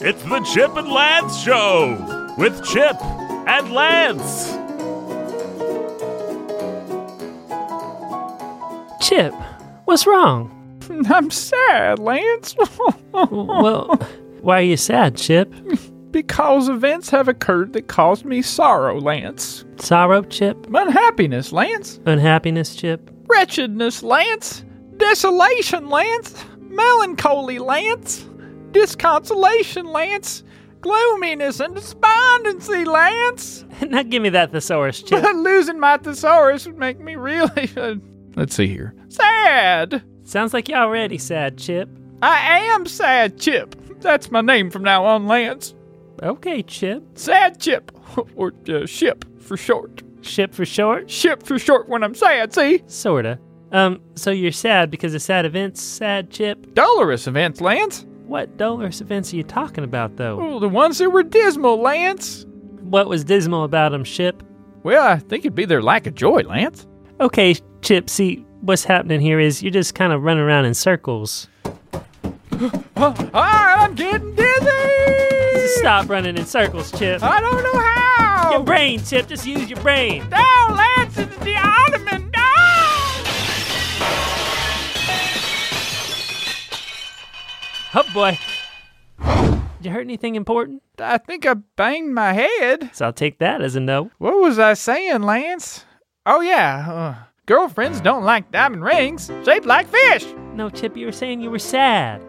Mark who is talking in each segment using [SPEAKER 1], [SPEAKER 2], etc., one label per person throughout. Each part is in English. [SPEAKER 1] It's the Chip and Lance Show with Chip and Lance.
[SPEAKER 2] Chip, what's wrong?
[SPEAKER 3] I'm sad, Lance,
[SPEAKER 2] Well, why are you sad, Chip?
[SPEAKER 3] because events have occurred that caused me sorrow, Lance.
[SPEAKER 2] Sorrow, Chip?
[SPEAKER 3] Unhappiness, Lance.
[SPEAKER 2] Unhappiness, Chip?
[SPEAKER 3] Wretchedness, Lance. Desolation, Lance. Melancholy, Lance. Disconsolation, Lance. Gloominess and despondency, Lance.
[SPEAKER 2] now give me that thesaurus, Chip.
[SPEAKER 3] Losing my thesaurus would make me really. Uh, Let's see here. Sad.
[SPEAKER 2] Sounds like you're already sad, Chip.
[SPEAKER 3] I am Sad Chip. That's my name from now on, Lance.
[SPEAKER 2] Okay, Chip.
[SPEAKER 3] Sad Chip, or uh, Ship for short.
[SPEAKER 2] Ship for short?
[SPEAKER 3] Ship for short when I'm sad, see?
[SPEAKER 2] Sorta. Um, so you're sad because of sad events, sad Chip?
[SPEAKER 3] Dolorous events, Lance.
[SPEAKER 2] What dolorous events are you talking about, though?
[SPEAKER 3] Oh, the ones that were dismal, Lance.
[SPEAKER 2] What was dismal about 'em, Chip?
[SPEAKER 3] Well, I think it'd be their lack of joy, Lance.
[SPEAKER 2] Okay, Chip, see, what's happening here is you're just kind of running around in circles.
[SPEAKER 3] Oh, I'm getting dizzy!
[SPEAKER 2] Stop running in circles, Chip.
[SPEAKER 3] I don't know how!
[SPEAKER 2] Your brain, Chip, just use your brain.
[SPEAKER 3] No, Lance, it's the ottoman! Ah! No!
[SPEAKER 2] Oh boy. Did you hurt anything important?
[SPEAKER 3] I think I banged my head.
[SPEAKER 2] So I'll take that as a no.
[SPEAKER 3] What was I saying, Lance? Oh, yeah. Uh, girlfriends don't like diamond rings shaped like fish.
[SPEAKER 2] No, Chip, you were saying you were sad.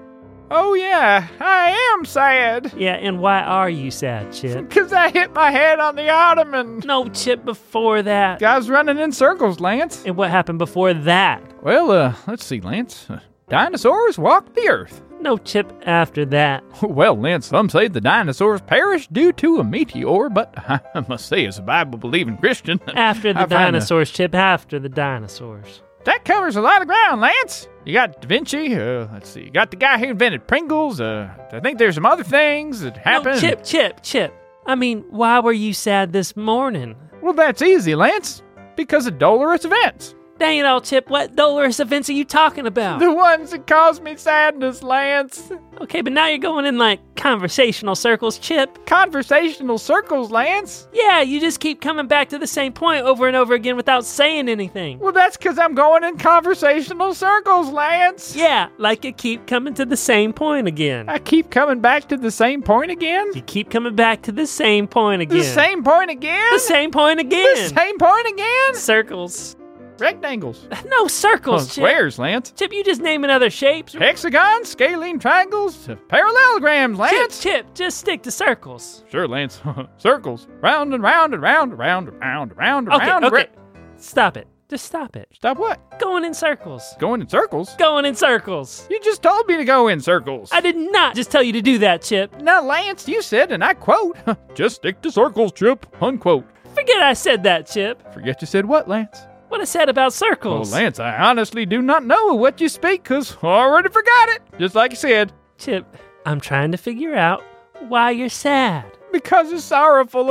[SPEAKER 3] Oh, yeah, I am sad.
[SPEAKER 2] Yeah, and why are you sad, Chip?
[SPEAKER 3] Because I hit my head on the ottoman.
[SPEAKER 2] No, Chip, before that.
[SPEAKER 3] Guys running in circles, Lance.
[SPEAKER 2] And what happened before that?
[SPEAKER 3] Well, uh, let's see, Lance. Uh, Dinosaurs walked the earth.
[SPEAKER 2] No, Chip, after that.
[SPEAKER 3] Well, Lance, some say the dinosaurs perished due to a meteor, but I must say, as a Bible believing Christian,
[SPEAKER 2] After
[SPEAKER 3] I
[SPEAKER 2] the
[SPEAKER 3] find the-
[SPEAKER 2] dinosaurs, Chip, after the dinosaurs.
[SPEAKER 3] that covers a lot of ground, Lance. You got Da Vinci, uh, let's see, you got the guy who invented Pringles, uh, I think there's some other things that
[SPEAKER 2] No,
[SPEAKER 3] happened.
[SPEAKER 2] Chip, Chip, Chip. I mean, why were you sad this morning?
[SPEAKER 3] Well, that's easy, Lance, because of dolorous events.
[SPEAKER 2] Dang it all, Chip, what dolorous events are you talking about?
[SPEAKER 3] The ones that caused me sadness, Lance.
[SPEAKER 2] Okay, but now you're going in like conversational circles, Chip.
[SPEAKER 3] Conversational circles, Lance.
[SPEAKER 2] Yeah, you just keep coming back to the same point over and over again without saying anything.
[SPEAKER 3] Well, that's because I'm going in conversational circles, Lance.
[SPEAKER 2] Yeah, like you keep coming to the same point again.
[SPEAKER 3] I keep coming back to the same point again.
[SPEAKER 2] You keep coming back to the same point again.
[SPEAKER 3] The same point again.
[SPEAKER 2] The same point
[SPEAKER 3] The
[SPEAKER 2] again.
[SPEAKER 3] same point again.
[SPEAKER 2] Circles.
[SPEAKER 3] Rectangles.
[SPEAKER 2] No
[SPEAKER 3] Oh,
[SPEAKER 2] circles, Chip.
[SPEAKER 3] squares, Lance.
[SPEAKER 2] Chip, you just naming other shapes.
[SPEAKER 3] Hexagons, scalene triangles, uh, parallelograms,
[SPEAKER 2] Chip,
[SPEAKER 3] Lance.
[SPEAKER 2] Chip, just stick to circles.
[SPEAKER 3] Sure, Lance. circles. Round and round and round and round and round and round and
[SPEAKER 2] Okay,
[SPEAKER 3] round. and
[SPEAKER 2] okay.
[SPEAKER 3] ra-
[SPEAKER 2] Stop it. Just stop it.
[SPEAKER 3] Stop what?
[SPEAKER 2] Going in circles.
[SPEAKER 3] Going in circles?
[SPEAKER 2] Going in circles.
[SPEAKER 3] You just told me to go in circles.
[SPEAKER 2] I did not just tell you to do that, Chip.
[SPEAKER 3] Now, Lance, you said, and I quote, just stick to circles, Chip, unquote.
[SPEAKER 2] Forget I said that, Chip.
[SPEAKER 3] Forget you said what, Lance?
[SPEAKER 2] What I said about
[SPEAKER 3] Oh,
[SPEAKER 2] circles.
[SPEAKER 3] Lance, I honestly do not know what you speak because I already forgot it. Just like you said,
[SPEAKER 2] Chip, I'm trying to figure out why you're sad.
[SPEAKER 3] because of sorrowful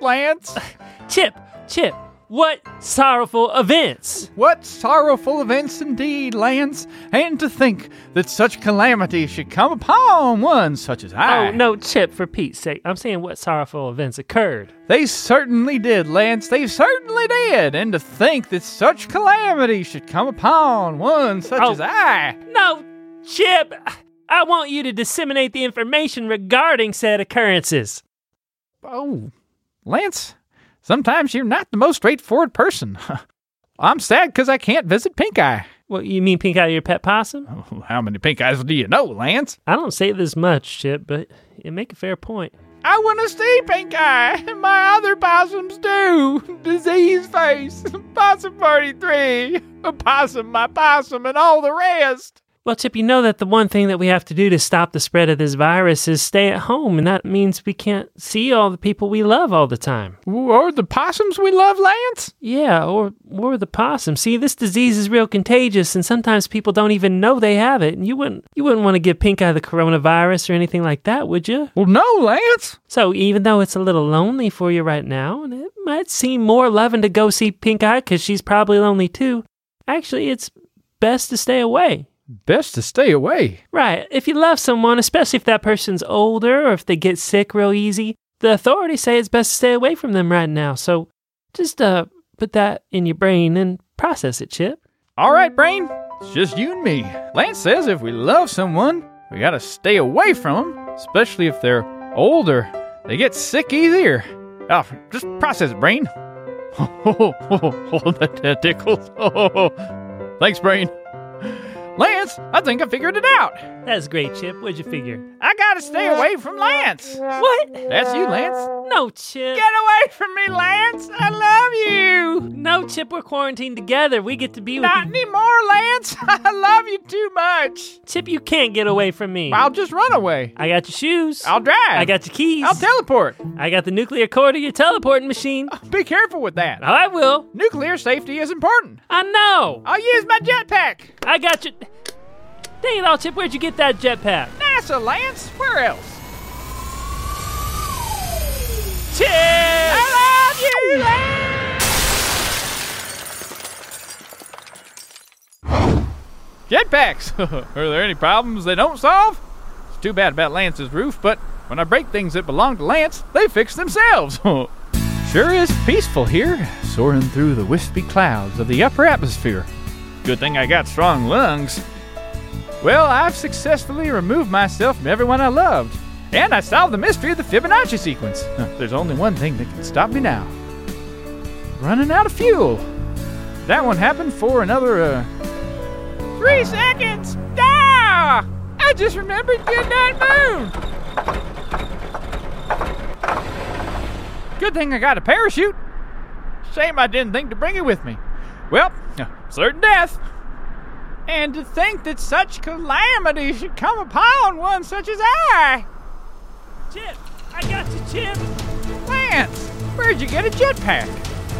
[SPEAKER 3] Lance.
[SPEAKER 2] Chip, Chip, what sorrowful events?
[SPEAKER 3] what sorrowful events indeed, Lance. And to think that such calamity should come upon one such as I.
[SPEAKER 2] Oh, no, Chip, for Pete's sake. I'm saying what sorrowful events occurred.
[SPEAKER 3] They certainly did, Lance. They certainly did. And to think that such calamity should come upon one such
[SPEAKER 2] Oh.
[SPEAKER 3] as I.
[SPEAKER 2] No, Chip, I want you to disseminate the information regarding said occurrences.
[SPEAKER 3] Oh, Lance, sometimes you're not the most straightforward person. I'm sad because I can't visit Pink Eye.
[SPEAKER 2] What, you mean pink eye your pet possum?
[SPEAKER 3] How many pink eyes do you know, Lance?
[SPEAKER 2] I don't say this much, Chip, but you make a fair point.
[SPEAKER 3] I want to see Pink Eye, and my other possums do. Disease Face, Possum 43, Possum My Possum, and all the rest.
[SPEAKER 2] Well, Chip, you know that the one thing that we have to do to stop the spread of this virus is stay at home, and that means we can't see all the people we love all the time.
[SPEAKER 3] Or the possums we love, Lance?
[SPEAKER 2] Yeah, or or the possum. See, this disease is real contagious, and sometimes people don't even know they have it. And you wouldn't you wouldn't want to give Pink Eye the coronavirus or anything like that, would you?
[SPEAKER 3] Well, no, Lance.
[SPEAKER 2] So even though it's a little lonely for you right now, and it might seem more loving to go see Pink Eye because she's probably lonely too. Actually, it's best to stay away.
[SPEAKER 3] best to stay away.
[SPEAKER 2] Right. If you love someone, especially if that person's older or if they get sick real easy, the authorities say it's best to stay away from them right now. So just uh, put that in your brain and process it, Chip.
[SPEAKER 3] All right, Brain, it's just you and me. Lance says if we love someone, we gotta stay away from them, especially if they're older. They get sick easier. Oh, just process it, Brain. Oh, that, that tickles. Thanks, Brain. Lance, I think I figured it out.
[SPEAKER 2] That's great, Chip. What'd you figure?
[SPEAKER 3] I gotta stay away from Lance.
[SPEAKER 2] What?
[SPEAKER 3] That's you, Lance.
[SPEAKER 2] No, Chip.
[SPEAKER 3] Get away from me, Lance. I love you.
[SPEAKER 2] No, Chip, we're quarantined together. We get to be with
[SPEAKER 3] Not
[SPEAKER 2] you.
[SPEAKER 3] anymore, Lance. I love you too much.
[SPEAKER 2] Chip, you can't get away from me.
[SPEAKER 3] I'll just run away.
[SPEAKER 2] I got your shoes.
[SPEAKER 3] I'll drive.
[SPEAKER 2] I got your keys.
[SPEAKER 3] I'll teleport.
[SPEAKER 2] I got the nuclear core to your teleporting machine. Oh,
[SPEAKER 3] Be careful with that.
[SPEAKER 2] I will.
[SPEAKER 3] Nuclear safety is important.
[SPEAKER 2] I know.
[SPEAKER 3] I'll use my jetpack.
[SPEAKER 2] I got your. Dang it all, Chip. Where'd you get that jetpack?
[SPEAKER 3] NASA, Lance. Where else?
[SPEAKER 2] Chip!
[SPEAKER 3] I love you, Lance. Jetpacks. Are there any problems they don't solve? It's too bad about Lance's roof, but when I break things that belong to Lance, they fix themselves. sure is peaceful here, soaring through the wispy clouds of the upper atmosphere. Good thing I got strong lungs. Well, I've successfully removed myself from everyone I loved, and I solved the mystery of the Fibonacci sequence. Huh, There's only one thing that can stop me now running out of fuel. That one happened for another, uh, Three seconds! Ah! I just remembered Goodnight Moon! Good thing I got a parachute. Shame I didn't think to bring it with me. Well, certain death. And to think that such calamity should come upon one such as I!
[SPEAKER 2] Chip! I got you, Chip!
[SPEAKER 3] Lance, where'd you get a jetpack?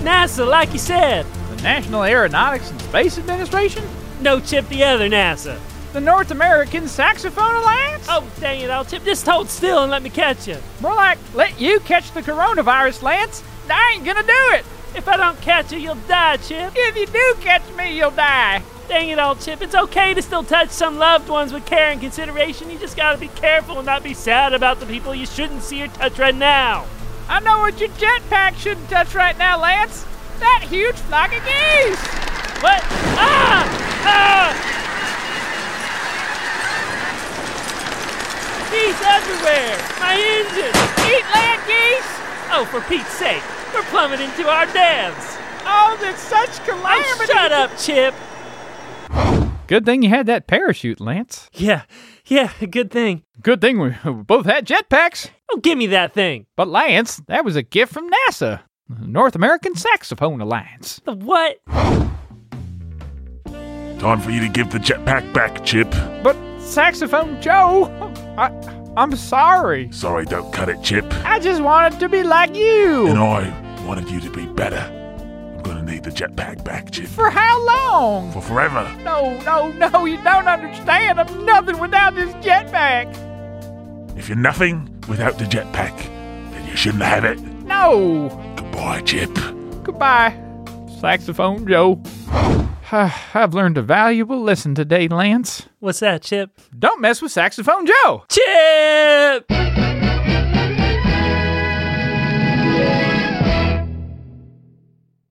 [SPEAKER 2] NASA, like you said.
[SPEAKER 3] The National Aeronautics and Space Administration?
[SPEAKER 2] No, Chip, the other NASA.
[SPEAKER 3] The North American Saxophone Alliance?
[SPEAKER 2] Oh, dang it all, Chip. Just hold still and let me catch you.
[SPEAKER 3] More like, let you catch the coronavirus, Lance. I ain't gonna do it.
[SPEAKER 2] If I don't catch you, you'll die, Chip.
[SPEAKER 3] If you do catch me, you'll die.
[SPEAKER 2] Dang it all, Chip. It's okay to still touch some loved ones with care and consideration. You just gotta be careful and not be sad about the people you shouldn't see or touch right now.
[SPEAKER 3] I know what your jetpack shouldn't touch right now, Lance. That huge flock of geese.
[SPEAKER 2] What? Ah! Ah! Geese everywhere! My engine!
[SPEAKER 3] Eat land geese.
[SPEAKER 2] Oh, for Pete's sake, we're plummeting to our deaths!
[SPEAKER 3] Oh, that's such calamity.
[SPEAKER 2] Oh, shut up, Chip!
[SPEAKER 3] Good thing you had that parachute, Lance.
[SPEAKER 2] Yeah, yeah, good thing.
[SPEAKER 3] Good thing we both had jetpacks.
[SPEAKER 2] Oh, give me that thing!
[SPEAKER 3] But Lance, that was a gift from NASA, the North American Saxophone Alliance.
[SPEAKER 2] The what?
[SPEAKER 1] Time for you to give the jetpack back, Chip.
[SPEAKER 3] But Saxophone Joe, I, I'm sorry.
[SPEAKER 1] Sorry, don't cut it, Chip.
[SPEAKER 3] I just wanted to be like you.
[SPEAKER 1] And I wanted you to be better. I'm gonna need the jetpack back, Chip.
[SPEAKER 3] For how long?
[SPEAKER 1] For forever.
[SPEAKER 3] No, no, no, you don't understand. I'm nothing without this jetpack.
[SPEAKER 1] If you're nothing without the jetpack, then you shouldn't have it.
[SPEAKER 3] No.
[SPEAKER 1] Goodbye, Chip.
[SPEAKER 3] Goodbye, Saxophone Joe. I've learned a valuable lesson today, Lance.
[SPEAKER 2] What's that, Chip?
[SPEAKER 3] Don't mess with Saxophone Joe.
[SPEAKER 2] Chip!